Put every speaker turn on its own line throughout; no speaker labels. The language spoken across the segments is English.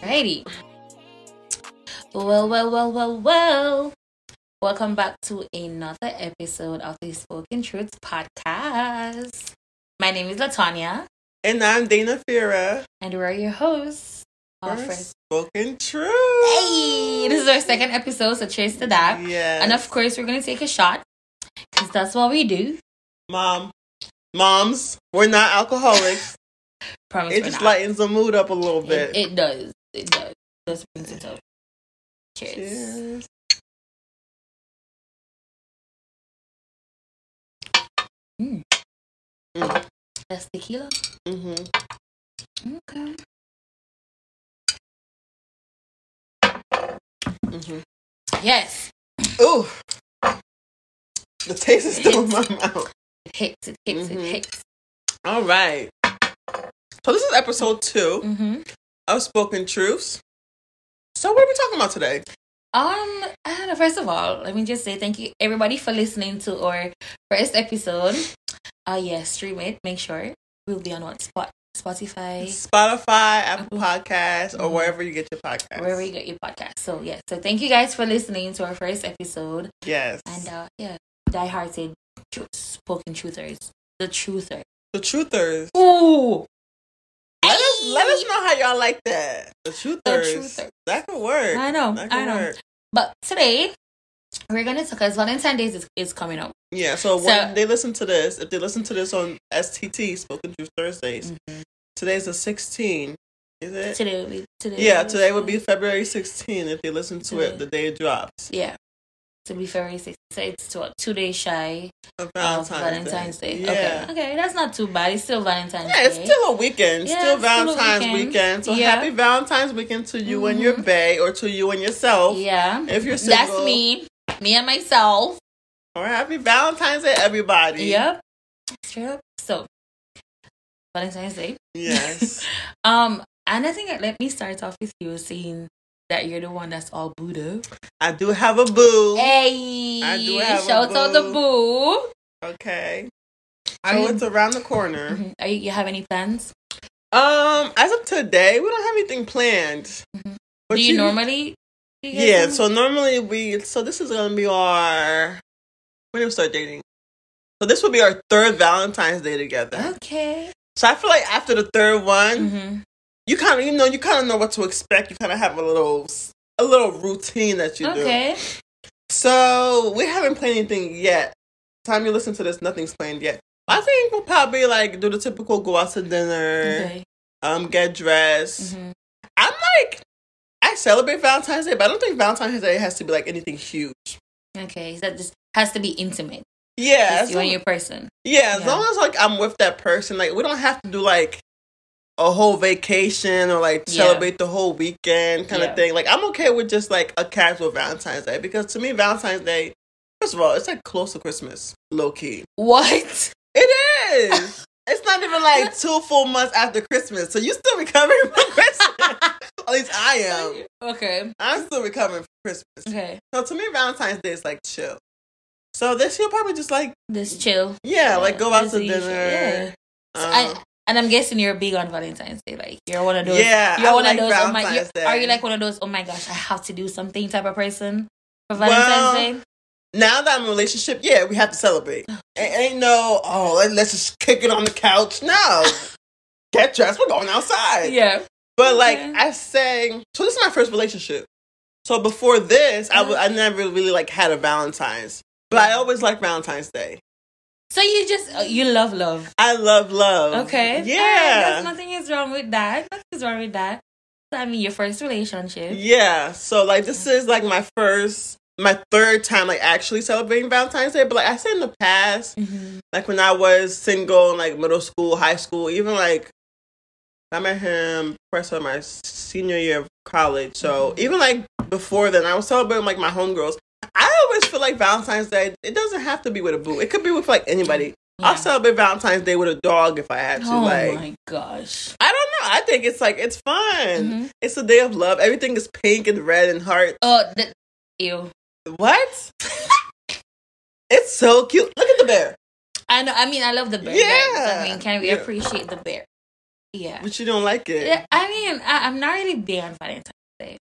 Haiti. Well, well, well, well, well. Welcome back to another episode of the Spoken Truths podcast. My name is Latanya,
And I'm Dana Fira.
and we're your hosts. Our
for
friends.
Spoken Truth.
Hey, this is our second episode, so cheers to that.
Yes.
And of course, we're gonna take a shot because that's what we do.
Mom. Moms, we're not alcoholics.
Promise.
it
we're
just
not.
lightens the mood up a little bit.
It, it does. It does. That's brings it up. Cheers.
Cheers.
That's tequila.
Mm-hmm.
Okay.
Mm-hmm.
Yes.
Ooh. The taste is still in my mouth.
It hits. It hits.
Mhm.
It hits.
All right. So this is episode two
Mm-hmm.
of Spoken Truths. So what are we talking about today?
Um, I don't know. First of all, let me just say thank you everybody for listening to our first episode. Uh yeah, stream it. Make sure we'll be on what spot Spotify,
Spotify, Apple Podcasts, or
Mhm.
wherever you get your podcasts.
wherever you get your podcast. So yeah, so thank you guys for listening to our first episode.
Yes.
And uh yeah, die hearted tru- spoken truthers. The truther.
the truthers.
Ooh.
Let us, let us
Ayy.
know how y'all like that. The truthers.
truthers.
That could work.
I know,
That could
I know.
work.
But today we're gonna talk because Valentine's Day is, is coming up.
Yeah, so
So-
when they listen to this, if they listen to this on STT, Spoken Truth Thursdays, today's the 16, is it?
Mm-hmm. Today would be today.
yeah, today would be February 16 if they listen to
Today.
it the day it drops.
yeah. To be February sixth. So it's what two days shy
Of
of
Valentine's,
Oh, Valentine's Day.
Yeah.
Okay. Okay, that's not too bad. It's still Valentine's
Yeah, it's
Day.
still a weekend.
Yeah,
still
it's still a
Valentine's
weekend.
weekend. So
Yeah. Mm-hmm.
happy Valentine's weekend to you and your bae or to you and yourself.
yeah.
If you're single.
That's me. Me and myself.
Or happy Valentine's Day, everybody.
Yep. Straight up. So Valentine's Day.
Yes.
Um, and I think let me start off with you saying that you're the one that's all Buddha.
I do have a boo.
Hey,
I do have a
shout out the
boo.
boo.
Okay.
Are
so
you-
it's around the corner.
Mhm. Are you, you have any plans? Mm-hmm.
Um, as of today, we don't have anything planned.
Mhm.
But
do you, normally? do you guys
Yeah.
do-
So normally we. So this is gonna be our. When do we start dating? So this will be our third Valentine's Day together.
okay.
So I feel like after the third one,
hmm
you kind of you know you kind of know what to expect. You kind of have a little s- a little routine that you do.
Okay.
So we haven't planned anything yet. Time you listen to this, nothing's planned yet. I think we'll probably like do the typical go out to dinner,
Okay.
um, get dressed.
Mhm.
I'm like, I celebrate Valentine's Day, but I don't think Valentine's Day has to be like anything huge.
Okay. So that just has to be intimate.
Yeah,
Just
as
you and
long-
your person.
yeah, as
yeah.
long as like I'm with that person, like we don't have to do like a whole vacation or like
Yeah.
celebrate the whole weekend kind
Yeah.
of thing. Like I'm okay with just like a casual Valentine's Day because to me Valentine's Day, first of all, it's like close to Christmas, low key.
What?
It is. It's not even like two full months after Christmas, so you still recovering from Christmas. At least I am.
Okay.
I'm still recovering from Christmas.
Okay.
So to me, Valentine's Day is like chill. So this year probably just like
Just chill.
yeah, like go out
Just
to
the
dinner.
usual- Yeah. So
Um,
I, and I'm guessing you're big on Valentine's Day. Like you're one of those.
Yeah,
you're
I
one
like
of those. Oh my,
Valentine's
you're- Are you
Day.
like one of those? Oh my gosh, I have to do something type of person for Valentine's
now that I'm in a relationship, yeah, we have to celebrate.
Oh,
It ain't no oh let, let's just kick it on the couch. No, get dressed. We're going outside.
Day? Yeah.
But like
Okay.
I sang, so this is my first relationship. So before this, I w-
Uh-huh.
I never really like had a Valentine's, but I always like Valentine's Day.
So you just uh, you love love.
I love love.
Okay. Alright,
Yeah.
that's- nothing is wrong with that. Nothing's wrong with that. So, I mean, your first relationship.
Yeah. So like this is like my first my third time like actually celebrating Valentine's Day. But like I said in the past,
Mm-hmm.
like when I was single in like middle school, high school, even like I met him first of my senior year of college. So
Mhm.
even like before then I was celebrating like my homegirls. I always feel like Valentine's Day it doesn't have to be with a boo. It could be with like anybody. I'll celebrate Valentine's Day with a dog if I had to.
Oh
like
my gosh.
I don't know. I think it's like it's fun.
Mhm.
It's a day of love. Everything is pink and red and heart.
Oh, th- ew.
What? it's so cute. Look at the bear.
I know. I mean, I love the bear. guys.
Yeah.
I mean, can we
Yeah.
appreciate the bear? yeah.
But you don't like it.
Yeah, I mean, I, I'm not really big on Valentine's Day.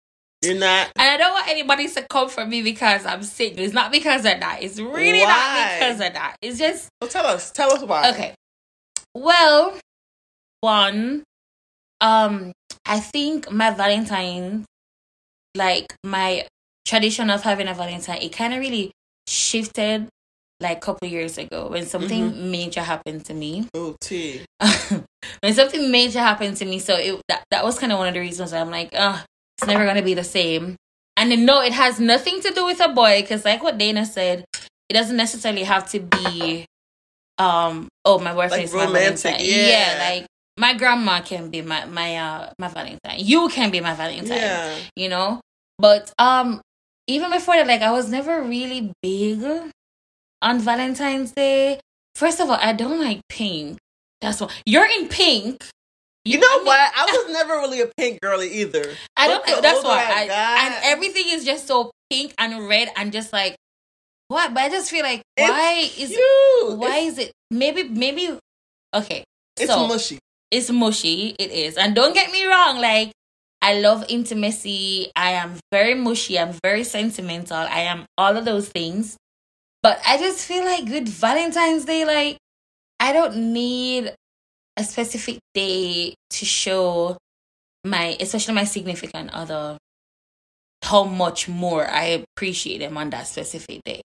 You're not.
And I don't want anybody to come for me because I'm single. It's not because of that. It's really
Why?
not because of that. It's just
Well, tell us. Tell us why.
okay. Well, one, um, I think my Valentine, like my tradition of having a Valentine, it kind of really shifted like a couple years ago when something major happened to me.
Oh, T.
when something major happened to me, so it that, that was kind of one of the reasons why I'm like, uh, it's never gonna be the same. And then, no, it has nothing to do with a boy, because like what Dana said, it doesn't necessarily have to be, um, oh my boyfriend
Like
is
romantic,
my Valentine.
yeah.
like my grandma can be my my uh my Valentine. You can be my Valentine
Yeah.
you know but um even before that like i was never really big on valentine's day first of all i don't like pink that's why you're in pink
You know
I mean,
what? I was never really a pink girly either.
i don't
But the
that's
older
why
I
I,
got-
and everything is just so pink and red and just like what but i just feel like
It's
why is
Cute.
why
It's,
is it maybe maybe okay
it's
so
mushy.
it's mushy. It is. And don't get me wrong, like I love intimacy. I am very mushy. I'm very sentimental. I am all of those things. But I just feel like with Valentine's Day, like I don't need a specific day to show my especially my significant other how much more I appreciate them on that specific day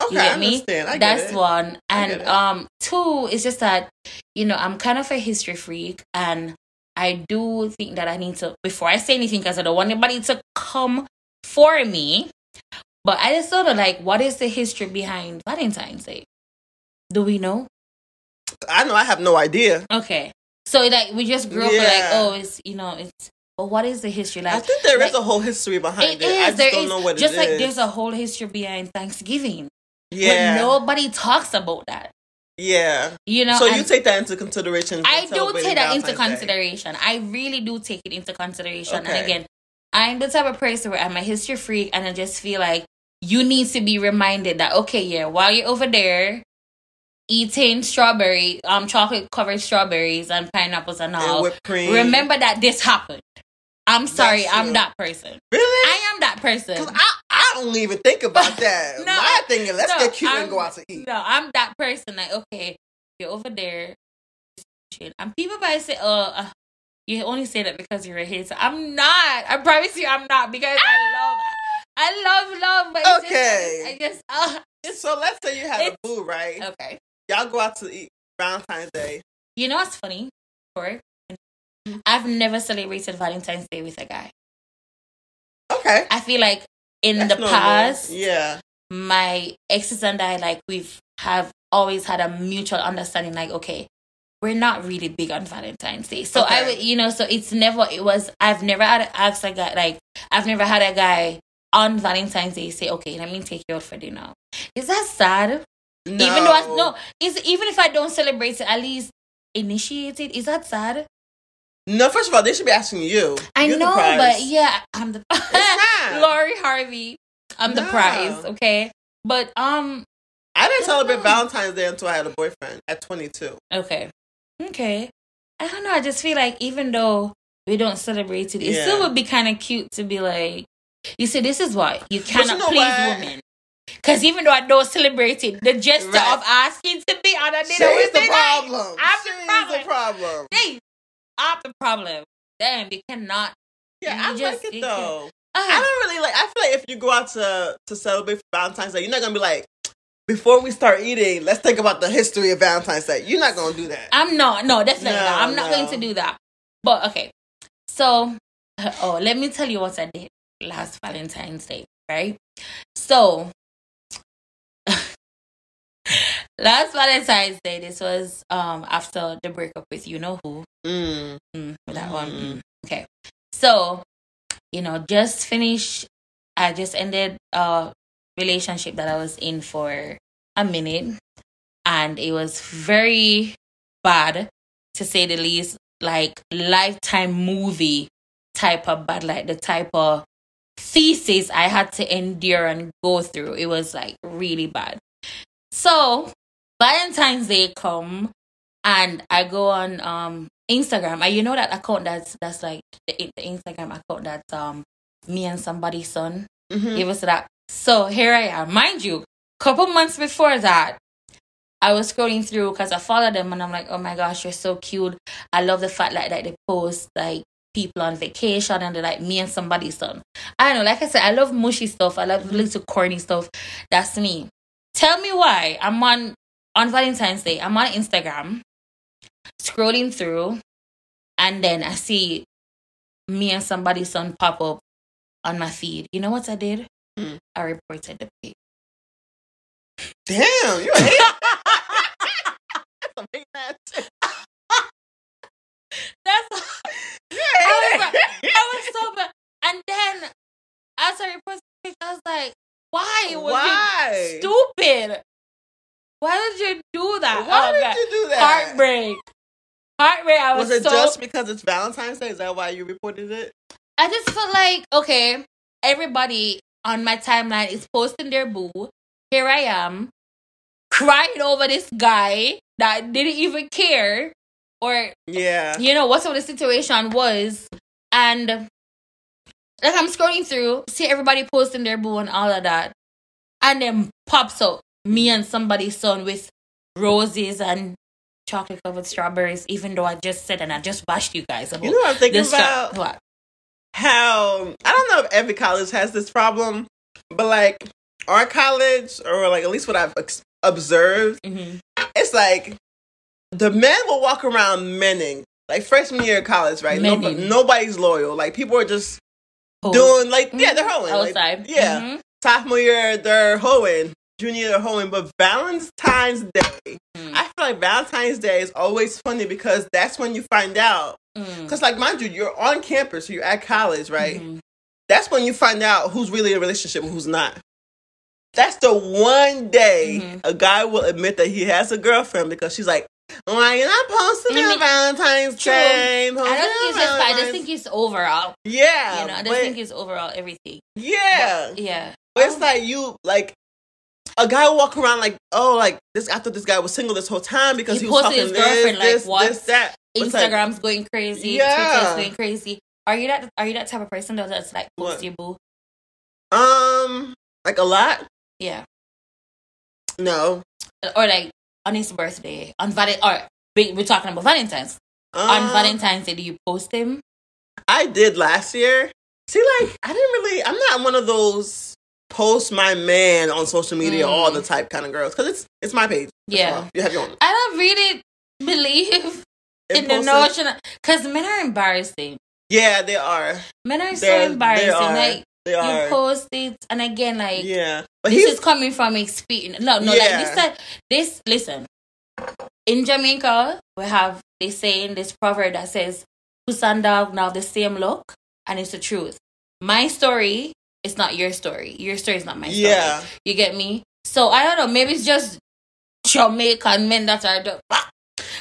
Okay,
you
I
get me?
understand. I get
That's
it.
one.
I
And
get it.
um two is just that, you know, I'm kind of a history freak and I do think that I need to before I say anything because I don't want anybody to come for me. But I just thought of like what is the history behind Valentine's Day? Do we know?
I know. I have no idea.
Okay. So like we just grew up with, like,
Yeah.
oh it's you know, it's but what is the history like?
I think there is
like,
a whole history behind
it
it. I
is.
just
There
don't
is-
know what
just
it
like
is.
there's a whole history behind Thanksgiving,
yeah,
but nobody talks about that.
yeah.
You know,
so
and-
you take that into consideration.
I
when
do
celebrating
take that into
Valentine's Day.
consideration. I really do take it into consideration.
Okay.
And again, I'm the type of person where I'm a history freak and I just feel like you need to be reminded that okay, yeah, while you're over there eating strawberry, um chocolate covered strawberries and pineapples and
And
all,
whipped cream.
remember that this happened. I'm sorry,
That's true.
I'm that person.
really?
I am that person.
Because I, I don't even think about that.
No,
My thing is, let's
no,
get cute
I'm-
and go out to eat.
No, I'm that person. Like, okay, you're over there, shit. and people might say, "Oh, uh, you only say that because you're a hater." I'm not. I promise you, I'm not because I love, I love love. But it's
Okay.
just, I just,
So let's say you have a
It's-
boo, right?
uh, okay.
Y'all go out to eat Valentine's Day.
You know what's funny? Corey? I've never celebrated Valentine's Day with a guy.
Okay.
I feel like in
That's
the
normal.
past,
Yeah.
my exes and I like we've have always had a mutual understanding like okay we're not really big on Valentine's Day so I
Okay.
would you know so it's never it was I've never had to ask a guy like I've never had a guy on Valentine's Day say okay let me take you out for dinner is that sad even though I no is even if I don't celebrate it at least initiate it is that sad
No, first of all, they should be asking you.
I
You're the
know
prize.
but yeah I'm the
It's not.
Lori Harvey I'm the
No.
prize okay but um
I didn't
I don't
celebrate
know.
Valentine's Day until I had a boyfriend at 22.
Okay. Okay. I don't know. I just feel like even though we don't celebrate it, it
Yeah.
still would be kind of cute to be like, you see, this is why you cannot
know
please
what?
women. Because even though I don't celebrate it, the gesture
Right.
of asking to be on a
She's
dinner with
the
me, like,
problem.
I'm the
She's
problem.
the problem.
hey, I'm the problem. Damn, you cannot.
Yeah,
You
I
just-
like
you
it though. I
Ah,
don't really like. I feel like if you go out to to celebrate Valentine's Day, you're not gonna be like, before we start eating, let's think about the history of Valentine's Day. You're not gonna do that.
I'm not. No, definitely
No,
not. I'm not
no.
going to do that. But okay. So, oh, let me tell you what I did last Valentine's Day, right? So, last Valentine's Day, this was um after the breakup with you know who.
Mm.
Mm, that one.
Mm.
Mm. Okay. So, you know, just finished. I just ended a relationship that I was in for a minute, and it was very bad, to say the least. Like lifetime movie type of bad, like the type of thesis I had to endure and go through. It was like really bad. So Valentine's Day come and I go on um Instagram. And you know that account that's that's like the, the Instagram account that's um me and somebody's son.
Mhm.
It was that. So here I am, mind you. Couple months before that, I was scrolling through because I followed them and I'm like, oh my gosh, you're so cute. I love the fact like that they post like people on vacation and they're like me and somebody's son. I don't know, like I said, I love mushy stuff. I love little corny stuff. That's me. Tell me why I'm on on Valentine's Day. I'm on Instagram, scrolling through, and then I see me and somebody's son pop up on my feed. You know what I did?
Hmm.
I reported the page.
Damn, you a hater. That's a big ass tip.
That's
You a hater.
I I was so bad. And then as I reported the page, I was like, why was
Why?
you stupid? Why did you do that?
Why
Oh,
did
God.
you do that?
Heartbreak. Heartbreak. I was,
Was it
so
just because it's Valentine's Day? Is that why you reported it?
I just felt like, okay, everybody on my timeline is posting their boo. Here I am, crying over this guy that didn't even care or,
Yeah.
you know, whatever the situation was. And like I'm scrolling through, see everybody posting their boo and all of that. And then pops up me and somebody's son with roses and chocolate covered strawberries, even though I just said and I just bashed you guys about
You know what I'm thinking
this.
about?
What?
how I don't know if every college has this problem, but like our college, or like at least what I've ex- observed,
hmm
it's like the men will walk around menning. Like freshman year of college, right? Nobo-
Menning.
nobody's loyal. Like people are just
Pose.
doing like yeah, they're hoeing. Like,
Mm-hmm. outside.
yeah.
Mhm.
Sophomore year, they're hoeing. Junior, year, they're hoeing. But Valentine's Day,
Mm.
I feel like Valentine's Day is always funny because that's when you find out.
Mm.
Because like mind you, you're on campus, so you're at college, right?
Mhm.
that's when you find out who's really in a relationship and who's not. That's the one day
Mhm.
a guy will admit that he has a girlfriend because she's like, "Why you not posting
I
on
mean,
Valentine's
Mm-hmm. true.
Day?
I
Posting
don't think
on
it's just. I just
Valentine's-"
think it's overall.
yeah,
You know, I just
but-
think it's overall everything.
yeah.
But, yeah.
But it's like you like a guy will walk around like, oh, like this. I thought this guy was single this whole time because
He
he, was
posted
talking
his
this,
girlfriend, like,
this,
what?
this, that. It's like-
Instagram's going crazy.
Yeah.
Twitter's going crazy. Are you that? Are you that type of person though? That's like post
What?
your boo.
um, like a lot.
Yeah.
No.
Or like on his birthday on Valentine. Or we- we're talking about Valentine's. on
Um,
Valentine's Day, do you post him?
I did last year. See, like I didn't really. I'm not one of those post my man on social media
Mm.
all the type kind of girls because it's it's my page. That's
Yeah.
all. you have your own.
I don't really believe in the
Impulsive.
notion because men are embarrassing.
Yeah, they are.
Men are so
They're- they
embarrassing.
are.
Like
They
you
are.
post it, and again, like
yeah, but
this
he's
is coming from experience. No, no,
Yeah.
like this. type- This listen. In Jamaica, we have they saying this proverb that says, "Kusanda now the same look," and it's the truth. My story is not your story. Your story is not my story.
yeah.
You get me? So I don't know. Maybe it's just Jamaican men that are the. Because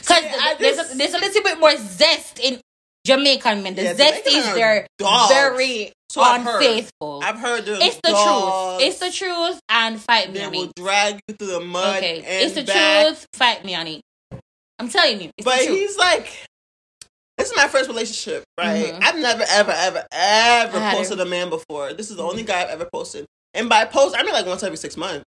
See, I
there's,
just-
a, there's a little bit more zest in Jamaican men. The
Yeah,
zest
Jamaican
is
are
they're
dogs.
very
So I've heard.
unfaithful.
I've heard the
It's the
dogs,
truth. It's the truth and fight me
They
on
will
it.
drag you through the mud.
Okay.
and
It's the
back.
truth. Fight me on it. I'm telling you. It's
But
the truth.
he's like, this is my first relationship, right?
Mhm.
I've never, ever, ever, ever
I had Mm-hmm.
posted a man before. This is the only guy I've ever posted. And by post, I mean like once every six months.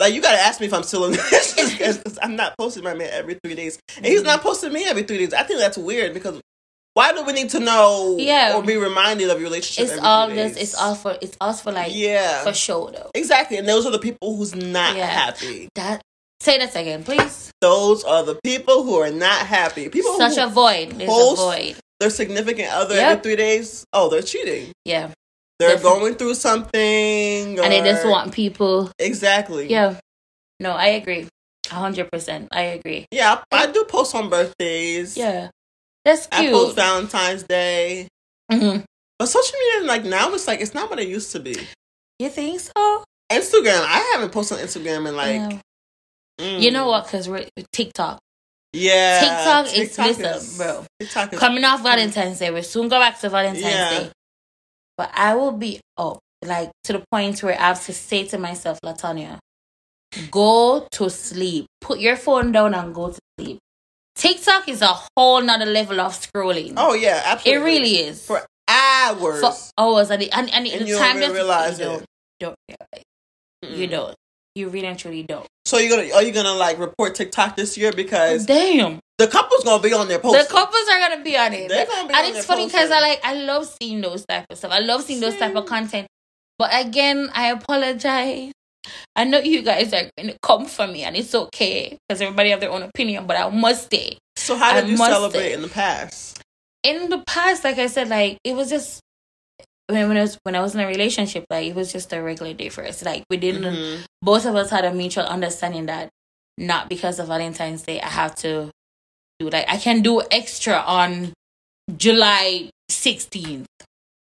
Like, you gotta ask me if I'm still in this. 'cause I'm not posting my man every three days. And he's
Mm-hmm.
not posting me every three days. I think that's weird because why do we need to know
Yeah.
or be reminded of your relationship?
It's
every
all
three
this.
days?
It's all for. It's all for like
Yeah.
for show though.
Exactly. And those are the people who's not
Yeah.
happy.
That. Say that again, please.
Those are the people who are not happy. People
Such
who
a void. There's
post-
a void.
their significant other
Yep.
every three days, oh, they're cheating.
Yeah.
They're
Definitely.
going through something.
And they just
or-
want people
Exactly.
Yeah. No, I agree. A hundred percent. I agree.
Yeah, I, I do post on birthdays.
Yeah. That's
I
cute.
post Valentine's Day.
Mhm.
But social media, like now, it's like, it's not what it used to be.
You think so?
Instagram, I haven't posted on Instagram in like.
Yeah.
mm.
You know what? Because we're TikTok.
Yeah.
TikTok is- listen, bro.
TikTok is.
Coming off Valentine's Day. We'll soon go back to Valentine's
Yeah.
Day. But I will be up, like, to the point where I have to say to myself, Latanya, go to sleep. Put your phone down and go to sleep. TikTok is a whole nother level of scrolling.
Oh yeah,
it
absolutely.
really is.
for hours.
For hours and the, and, and,
And
the
you don't
time
even
that
realize
you
it. Mm.
don't, don't realize. You don't. You really and truly don't.
So you're gonna are you gonna like report TikTok this year because
Damn.
the couple's gonna be on their post.
The couples are gonna be on it.
They're gonna be
and
on
it's
their
funny because
poster.
I like I love seeing those type of stuff. I love seeing those type of
Same.
content. But again, I apologize. I know you guys are gonna come for me and it's okay because everybody have their own opinion, but I must say.
So how
I
did you
must
celebrate
say.
in the past?
In the past, like I said, like it was just when, when I was when I was in a relationship, like it was just a regular day for us. Like we didn't
Mhm.
both of us had a mutual understanding that not because of Valentine's Day I have to do like I can do extra on July sixteenth.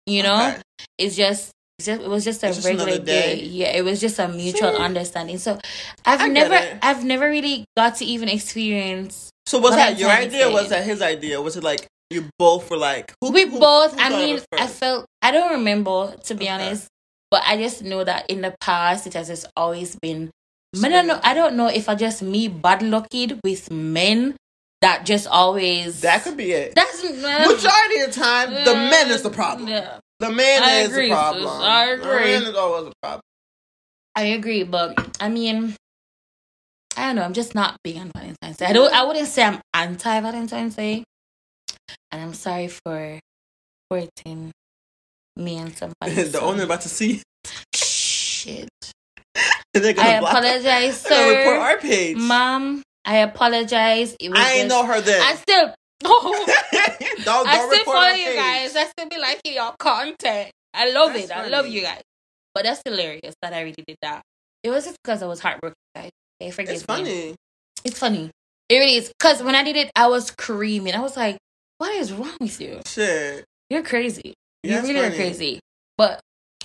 You know?
Okay.
It's just it's just, it was just a
It's just
regular
another day.
day. Yeah, it was just a mutual
See?
understanding. So I've
I get
never
it.
I've never really got to even experience
So was
What
that
I'm
your
trying to
idea? or Was
say.
that his idea? Was it like you both were like who?
we
who-
both
who
I
thought of
mean
it
I
first?
felt I don't remember to be
Okay.
honest. But I just know that in the past it has just always been Men I know I don't know if I just me bad lucked with men that just always
That could be it.
that's
Majority of the time, the men is the problem.
Yeah,
The man
I
is
agree,
the
sis.
problem.
I agree.
The man is always the problem.
I agree, but I mean, I don't know. I'm just not big on Valentine's Day. I don't. I wouldn't say I'm anti Valentine's Day, and I'm sorry for hurting me and somebody.
the owner about to see.
Shit.
They're gonna
I
block us.
apologize,
They're gonna report
sir.
our page.
Mom, I apologize. It was
I
just-
ain't know her then.
I still. Oh,
don't don't
I still
report
follow
our
you
page.
guys. I still be liking your content. I love
That's
it. I love
funny.
you guys. But that's hilarious that I really did that. It was just because I was heartbroken, guys. Okay, forgive
It's
me.
funny.
It's funny. It really is. Because when I did it, I was screaming. I was like, what is wrong with you?
Shit.
You're crazy.
Yeah,
you
it's
really are
funny.
crazy. But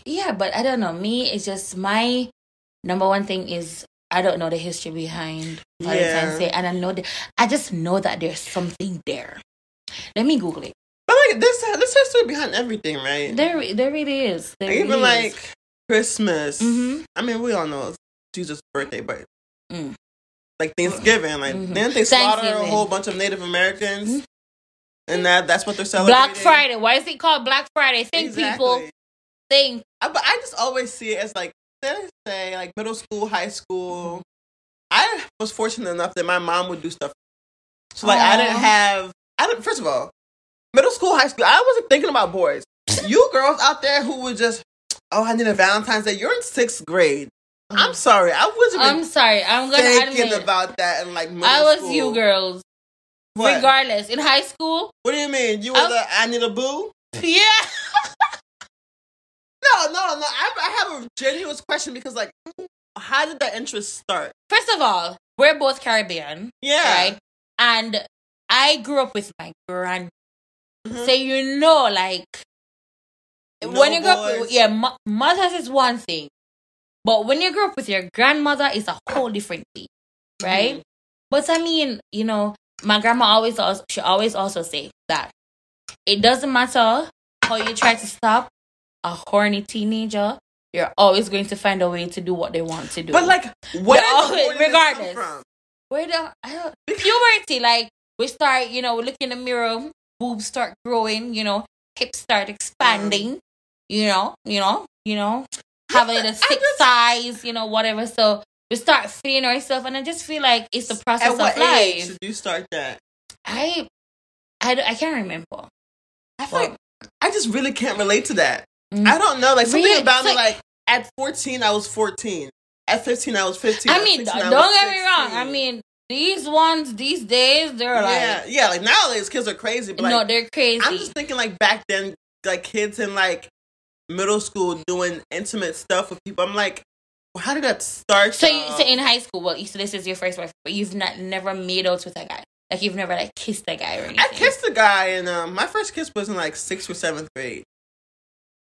yeah, but I don't know. Me, it's just my number one thing is I don't know the history behind Valentine's
Yeah.
Day. And I know that I just know that there's something there. Let me Google it.
But like this, this history behind everything, right?
There, there really is. There
Like, even
really
like
is.
Christmas.
Mhm.
I mean, we all know it's Jesus' birthday, but
Mm.
like Thanksgiving, like
Mhm.
didn't they slaughter a
Thanksgiving.
whole bunch of Native Americans?
Mhm.
And that that's what they're celebrating.
Black Friday. Why is it called Black Friday? Think people
Exactly.
think.
I, but I just always see it as like they say like middle school, high school. I was fortunate enough that my mom would do stuff. So like I didn't
Aw.
have. I didn't, first of all, middle school, high school. I wasn't thinking about boys. you girls out there who would just, oh, I need a Valentine's Day. You're in sixth grade. I'm sorry, I wasn't
Uh-huh. I'm
even
sorry. I'm gonna
thinking
admit.
about that in like middle
I was
school.
you girls.
What?
Regardless, in high school,
what do you mean? You were
I'm-
the I need a boo.
yeah.
No, no, no. I, I have a genuine question because like, how did that interest start?
First of all, we're both Caribbean,
Yeah.
right? And I grew up with my grand.
Mhm.
So you know, like
No
when you grow up,
boys.
with, yeah, mo- mothers is one thing, but when you grow up with your grandmother, it's a whole different thing,
Mm-hmm.
right? But I mean, you know, my grandma always also she always also say that it doesn't matter how you try to stop a horny teenager, you're always going to find a way to do what they want to do.
But like, what
But all- regardless.
Come from?
where the uh, I don't, puberty, like we start, you know, we look in the mirror, boobs start growing, you know, hips start expanding, you know, you know, you know, have a little sick size, you know, whatever. So we start feeling ourselves, and I just feel like it's the process
At
of
what
life.
age did you start that?
I, I, don't- I can't remember.
I feel
Well,
like I just really can't relate to that.
mm.
I don't know, like something
Really?
about me.
It's like-
Like at fourteen, I was fourteen. At fifteen, I was fifteen.
I
At
mean,
16, I
don't
was
get me wrong. I
16.
mean, these ones, these days, they're
yeah, yeah. Like nowadays, kids are crazy.
like,
But like,
no, they're crazy.
I'm just thinking, like back then, like kids in like middle school doing intimate stuff with people. I'm like, how did that start?
So, you,
y'all?
so in high school, well, you, so this is your first wife, but you've not never made out with a guy. Like you've never like kissed a guy or anything.
I kissed a guy, and um, my first kiss was in like sixth or seventh grade.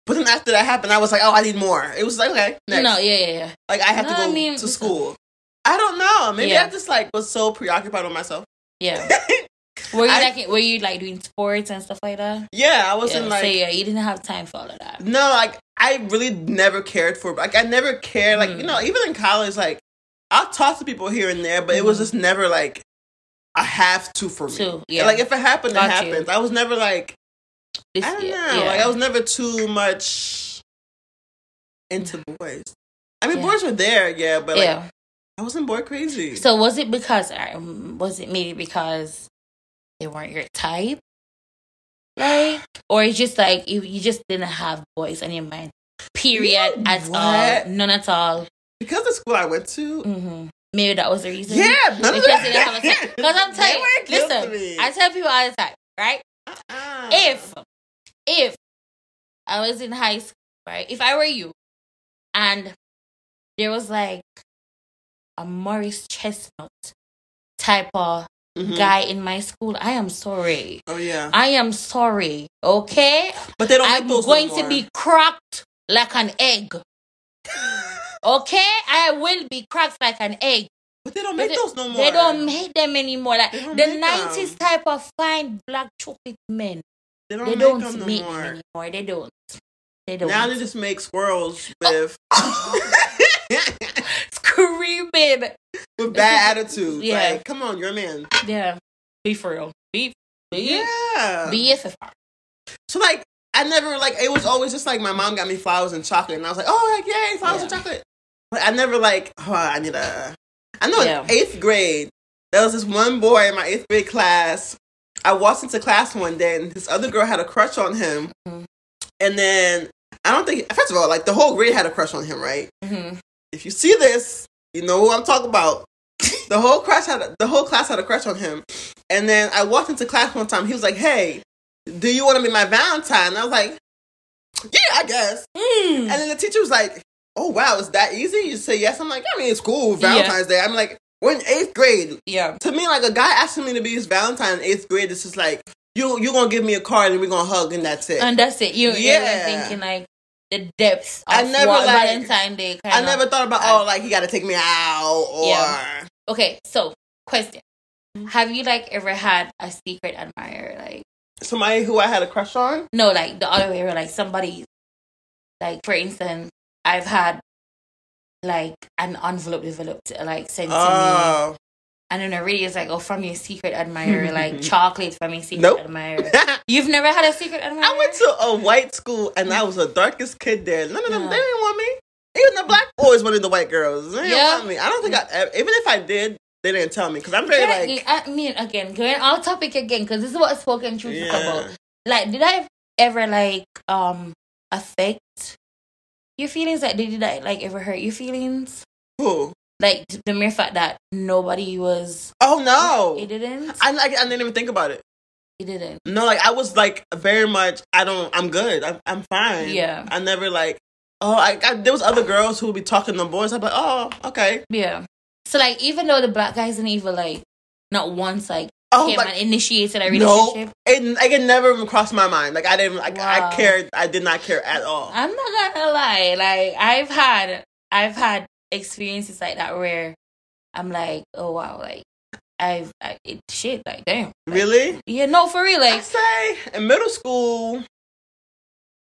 But then after that happened, I was like, oh, I need more. It was like, okay, next.
No, yeah, yeah, yeah.
like I have
No,
to go
I mean,
to
it's-
school. I don't know. Maybe
Yeah.
I just like was so preoccupied with myself.
Yeah. Were you
I-
like were you like doing sports and stuff like that?
Yeah, I
Yeah.
wasn't like
so yeah, you didn't have time for all of that.
no, like I really never cared for. Like I never cared. Like
Mm.
you know, even in college, like I'll talk to people here and there, but it was
Mhm.
just never like I have to for me.
Two, yeah.
Yeah. Like if it happened,
Got
it
you.
happened. I was never like
This
I don't
year,
know.
yeah.
Like I was never too much into boys. I
Mm-hmm.
mean,
Yeah.
boys were there, yeah, but like,
yeah.
I wasn't boy crazy.
So was it because um, was it maybe because they weren't your type, like, or it's just like you, you just didn't have boys on your mind? Period.
You know
at
what?
all? None at all.
because the school I went to,
hmm Maybe that was the reason.
yeah, none of
Because they didn't have a
that.
type. 'Cause I'm
They
telling you,
weren't cute to
listen,
me.
I tell people all the time, right?
Uh-uh.
If if I was in high school, right? If I were you, and there was like a Morris Chestnut type of
Mhm.
guy in my school, I am sorry.
oh yeah,
I am sorry. Okay,
but they don't. make
I'm
those
going
no
to
more.
be cracked like an egg. Okay, I will be cracked like an egg.
But they don't make
But
those no more.
They don't make them anymore. Like
They don't
the
make
nineties type of fine black chocolate men.
They don't
They
make
don't
them no
make
more.
them anymore. They don't. They don't.
Now they just make squirrels with
Oh. screaming.
with bad attitudes.
Yeah.
Like, come on, you're a man.
Yeah. Be for real. Be be
Yeah.
be FFR.
So like I never like it was always just like my mom got me flowers and chocolate and I was like, Oh like yay, flowers and
Yeah.
chocolate. But I never like oh I need a I know
Yeah.
in eighth grade, there was this one boy in my eighth grade class. I walked into class one day and this other girl had a crush on him.
Mhm.
And then I don't think first of all, like the whole grade had a crush on him, right?
Mm-hmm.
If you see this, you know who I'm talking about. the whole crush had the whole class had a crush on him. And then I walked into class one time. He was like, "Hey, do you want to be my Valentine?" And I was like, "Yeah, I guess."
Mm.
And then the teacher was like, "Oh wow, it's that easy?" You say yes. I'm like, "I mean, it's cool Valentine's Day." I'm like, "We're in eighth grade."
Yeah.
To me, like a guy asking me to be his Valentine in eighth grade, it's just like you you gonna give me a card and we're gonna hug and that's it.
And that's it. You
Yeah.
yeah. you're thinking like the depths of
I never,
what
like-
Valentine Day kind
I
of
never thought about oh like he got to take me out or
Yeah. Okay, so question.
Mm-hmm.
Have you like ever had a secret admirer? Like
somebody who I had a crush on.
no, like the other way around, like somebody like for instance, I've had like an envelope developed like sent to me.
Oh.
And then I really is like, oh from your secret admirer, like chocolate from your secret
Nope.
admirer.
I
You've never had a secret admirer?
Oh. went to a white school and I was the darkest kid there. None of them,
Yeah.
they didn't want me. Even the black boys wanted the white girls. They didn't
Yeah.
want me. I don't think I, even if I did, they didn't tell me because I'm very
Can
like,
I, I mean, again, going off topic again, because this is what spoken truth is
yeah.
about. Like, did I ever like um affect your feelings? Like, did I like ever hurt your feelings?
Who?
Like the mere fact that nobody was.
Oh
it
no.
didn't.
I, like, I didn't even think about it.
it didn't.
No, like I was like very much. I don't. I'm good. I'm, I'm fine.
Yeah.
I never like. Oh, I, I there was other girls who would be talking to boys. I'm like, oh, okay.
Yeah. So like, even though the black guys didn't even like, not once like
Oh,
came
like,
and initiated a
no.
relationship.
It like it never even crossed my mind. Like I didn't. Like
Wow.
I cared. I did not care at all.
I'm not gonna lie. Like I've had I've had experiences like that where I'm like, oh wow, like I've I, it shit like damn. Like,
really?
Yeah, no, for real,
I
like
say in middle school.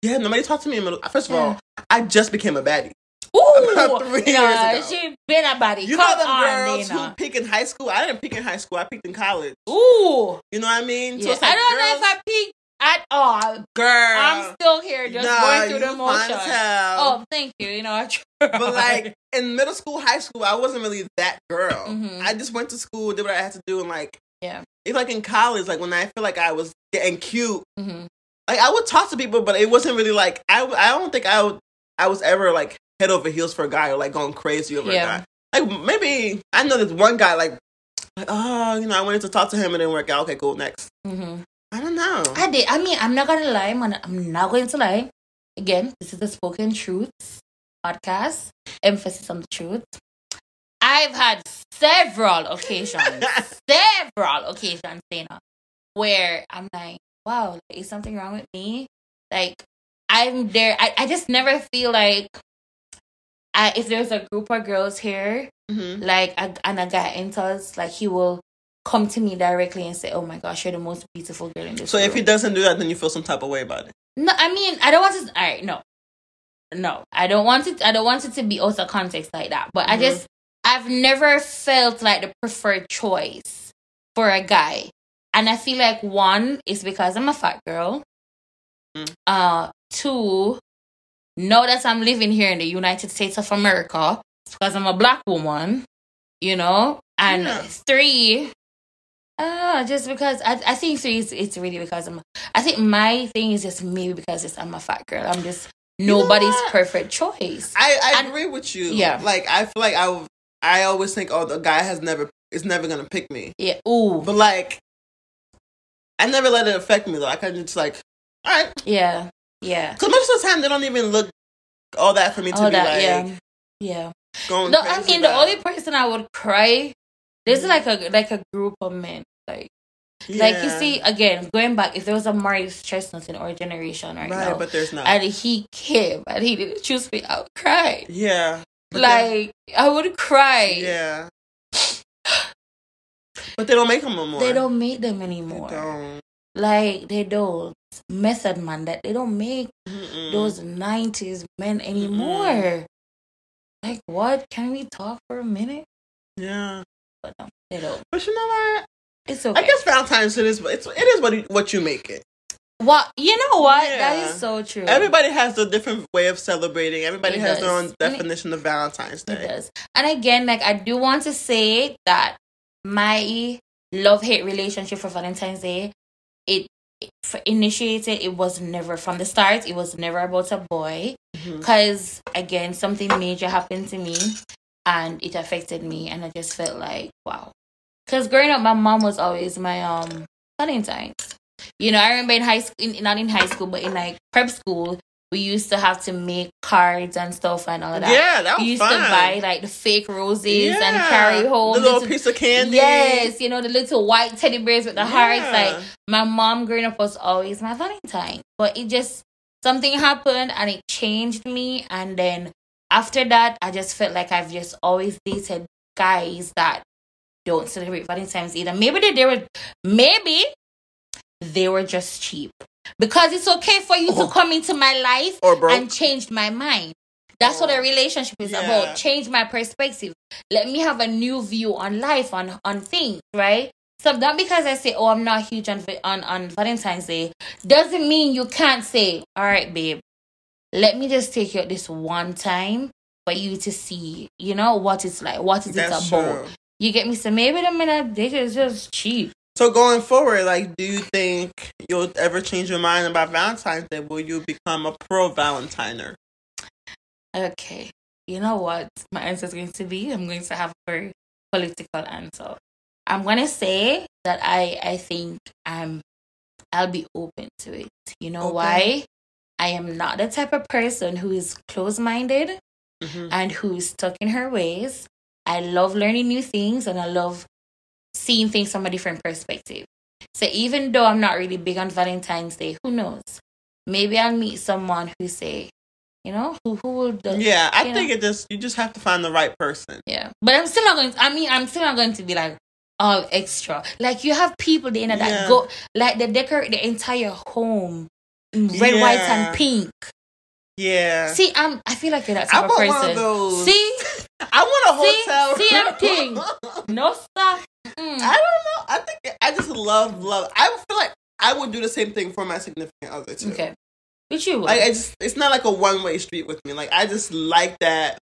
Yeah, nobody talked to me in middle. First of all, I just became a baddie.
ooh,
About three
nah,
years ago.
she been a body.
You
Come
know them
on,
girls who
Dana.
peak in high school. I didn't peak in high school. I peaked in college.
Ooh,
You know what I mean?
yeah. I don't know if I peaked at all. I'm
girl.
still here, just going through the
you fine as
motions.
hell.
Oh, thank you. You know, I tried.
But like in middle school, high school, I wasn't really that girl.
Mhm.
I just went to school, did what I had to do, and like
Yeah.
Even like in college, like when I feel like I was getting cute,
Mhm.
like I would talk to people, but it wasn't really like I. w- I don't think I would. I was ever like head over heels for a guy or like going crazy over
Yeah.
a guy. Like maybe I know this one guy like, like oh you know I wanted to talk to him and it didn't work out. Okay, cool, next.
Mhm.
I don't know.
I did. I mean, I'm not gonna lie, man. I'm not going to lie. Again, this is the spoken truth podcast. Emphasis on the truth. I've had several occasions, several occasions, Dana, where I'm like, wow, is something wrong with me? Like, I'm there. I, I just never feel like I, if there's a group of girls here,
Mhm.
like a, and a guy enters, like he will come to me directly and say, "Oh my gosh, you're the most beautiful girl in this."
So if
room."
he doesn't do that, then you feel some type of way about it.
No, I mean I don't want to. All right, no, no, I don't want it. I don't want it to be out of context like that. But I
Mhm.
just I've never felt like the preferred choice. for a guy. And I feel like one is because I'm a fat girl.
Mm.
Uh two, know that I'm living here in the United States of America it's because I'm a black woman, you know? And
Yeah.
three uh, just because I, I think three is it's really because I'm I think my thing is just maybe because it's I'm a fat girl. I'm just
know
nobody's
what?
perfect choice.
I, I
And-
agree with you.
yeah.
Like I feel like I I always think oh the guy has never is never gonna pick me.
yeah. Ooh.
But like I never let it affect me though. I kind of just like all right.
Yeah. Yeah.
Because most of the time they don't even look all that for me to
All
be
that.
like
yeah. Yeah.
going.
No, I
crazy
mean the
about-
only person I would cry.
Mm-hmm.
There's like a like a group of men. Like like you
Yeah.
see again going back. If there was a Marius Chestnut in our generation right,
right,
now,
but there's not.
and he came and he didn't choose me, I would cry.
yeah. But they-
like I would cry.
yeah. But they don't make them no more.
They don't make them
They
anymore.
don't.
Like they don't method man. That they don't make
Mm-mm.
those nineties men anymore.
Mm-hmm.
Like what? Can we talk for a minute?
Yeah.
But no, they don't.
But you know what?
It's okay.
I guess Valentine's it is. It's it is what you, what you make it.
What you know? What that
Yeah.
is so true.
Everybody has a different way of celebrating. Everybody
It
has their
does.
own definition of Valentine's
It
Day.
does. And again, like I do want to say that my love hate relationship for Valentine's Day, it, it for initiated. It was never from the start. It was never about a boy.
Mhm.
Cause again, something major happened to me, and it affected me, and I just felt like wow. Cause growing up, my mom was always my um Valentine's. You know, I remember in high school, in, not in high school, but in like prep school, we used to have to make cards and stuff and all of that.
Yeah, that was
You used
fun.
to buy like the fake roses and
Oh, Yeah.
carry home
the little
little-
piece of candy.
Yes, you know the little white teddy bears with the hearts.
Yeah.
Like my mom growing up was always my Valentine, but it just something happened and it changed me. And then after that, I just felt like I've just always dated guys that don't celebrate Valentine's either. Maybe they, they were, maybe they were just cheap because it's okay for you
Oh.
to come into my life
or broke.
and changed my mind. That's what
Oh.
a relationship is
Yeah.
about. Change my perspective. Let me have a new view on life, on on things, right? So not because I say, "Oh, I'm not huge on Va- on on Valentine's Day," doesn't mean you can't say, "All right, babe, let me just take you out this one time for you to see, you know, what it's like, what is
That's
it about."
true.
You get me? So maybe the minute they just just cheap.
So going forward, like, do you think you'll ever change your mind about Valentine's Day? Will you become a pro Valentiner?
Okay. You know what my answer is going to be? I'm going to have a very political answer. I'm going to say that I I think I'm I'll be open to it. You know
Open.
why? I am not the type of person who is close-minded
Mm-hmm.
and who's stuck in her ways. I love learning new things and I love seeing things from a different perspective. So even though I'm not really big on Valentine's Day, who knows? Maybe I'll meet someone who say, you know, who who will do,
Yeah, I
Yeah.
think it just you just have to find the right person.
yeah. But I'm still not going. To, I mean, I'm still not going to be like all extra. Like you have people there that
Yeah.
go like they decorate the entire home in red, white,
Yeah.
and pink.
Yeah,
See, I'm. I feel like you're that
I
type of
want
person.
one of those.
See,
I want a
See?
hotel.
See, I'm king.
I
no stuff. Mm.
don't know. I think I just love love. I feel like I would do the same thing for my significant other too.
Okay. But you would.
Like I just, it's not like a one way street with me. Like I just like that.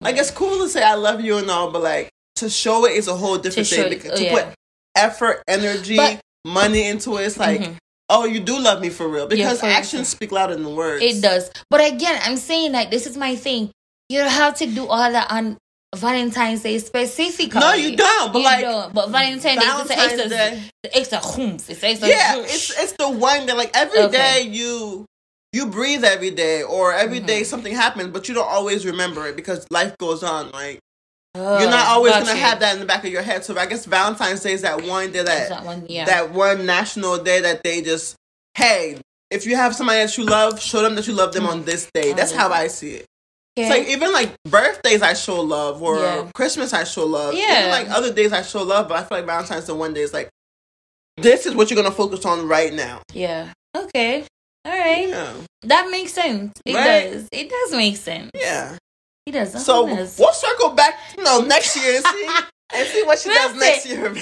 Like it's cool to say I love you and all, but like to show it is a whole different
show
thing.
it-
Because
oh,
to
yeah.
put effort, energy,
But-
money into it, it's like,
Mhm.
oh, you do love me for real. Because
for real.
actions speak louder than words.
it does. But again, I'm saying like this is my thing. You don't have to do all that on Valentine's Day specifically.
No, you don't. But
You
like
don't. But Valentine's, Day is
Valentine's
just an
Day-
extra, extra oomph. It's extra.
yeah,
zhoosh.
it's it's the one that like every day
Okay.
you you breathe every day, or every day
Mm-hmm.
something happens, but you don't always remember it because life goes on, right?
Oh,
You're not always
got
gonna
you.
have that in the back of your head. So I guess Valentine's Day is that one day
It's
that
that one. Yeah.
that one national day that they just hey, if you have somebody that you love, show them that you love them on this day.
On
That's
this
how I see it.
Mm. okay.
It's like even like birthdays I show love or
Yeah.
Christmas I show love.
Yeah.
Even like other days I show love, but I feel like Valentine's the one day is like this is what you're gonna focus on right now.
yeah. Okay. All right.
Yeah.
That makes sense. It
Right?
does. It does make sense.
Yeah.
It does.
So
Honest.
we'll circle back, you know, next year and see and see what she
We'll
does next
see.
year. We'll
we'll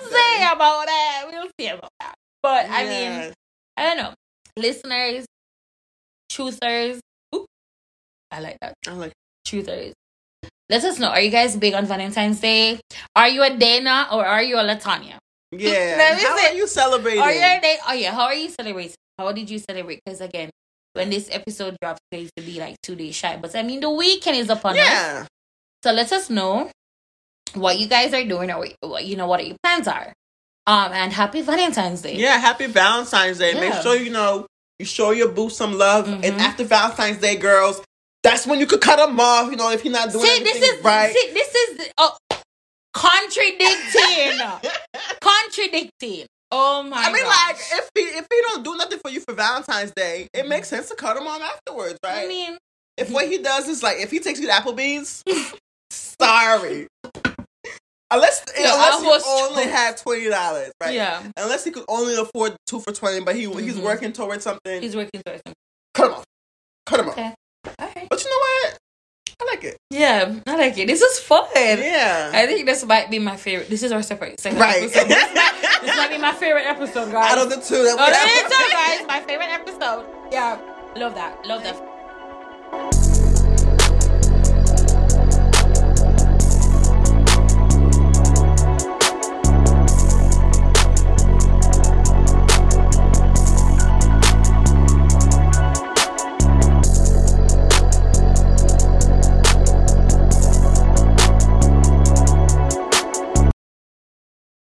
see about that. We'll see about that. But I mean, I don't know. Listeners, truthers. Oop, I like that.
I'm like,
Truthers. Let us know. Are you guys big on Valentine's Day? Are you a Dana or are you a Latanya?
yeah.
Let me
How
see.
are you celebrating?
Are you a Dana? Oh yeah. How are you celebrating? How did you celebrate? Because again, when this episode drops, it's going to be like two days shy. But I mean, the weekend is upon us.
yeah.
So let us know what you guys are doing or what, you know what your plans are. Um, and happy Valentine's Day.
Yeah, happy Valentine's Day.
Yeah.
Make sure you know you show your boo some love.
Mhm.
And after Valentine's Day, girls, that's when you could cut him off. You know, if he's not doing
See, this
everything
is
right.
see, this is the- oh, contradicting, contradicting. Oh my!
I mean,
gosh.
like if he if he don't do nothing for you for Valentine's Day, it makes sense to cut him off afterwards, right?
I mean,
if what Mm-hmm. he does is like if he takes you to Applebee's, sorry. Unless
Yo, I
unless
was
you only
choked.
had twenty dollars, right?
yeah,
Unless he could only afford two for twenty, but he he's
Mhm.
working towards something.
he's working towards him.
cut him off. Cut him off.
Okay. All right.
But you know what? I like it.
Yeah, I like it. This is fun.
yeah.
I think this might be my favorite. This is our separate second
Right.
episode. this might be my favorite episode, guys.
Out of the two, that
Oh,
we
this
have-
is, guys, my favorite episode. Yeah, love that. Love that.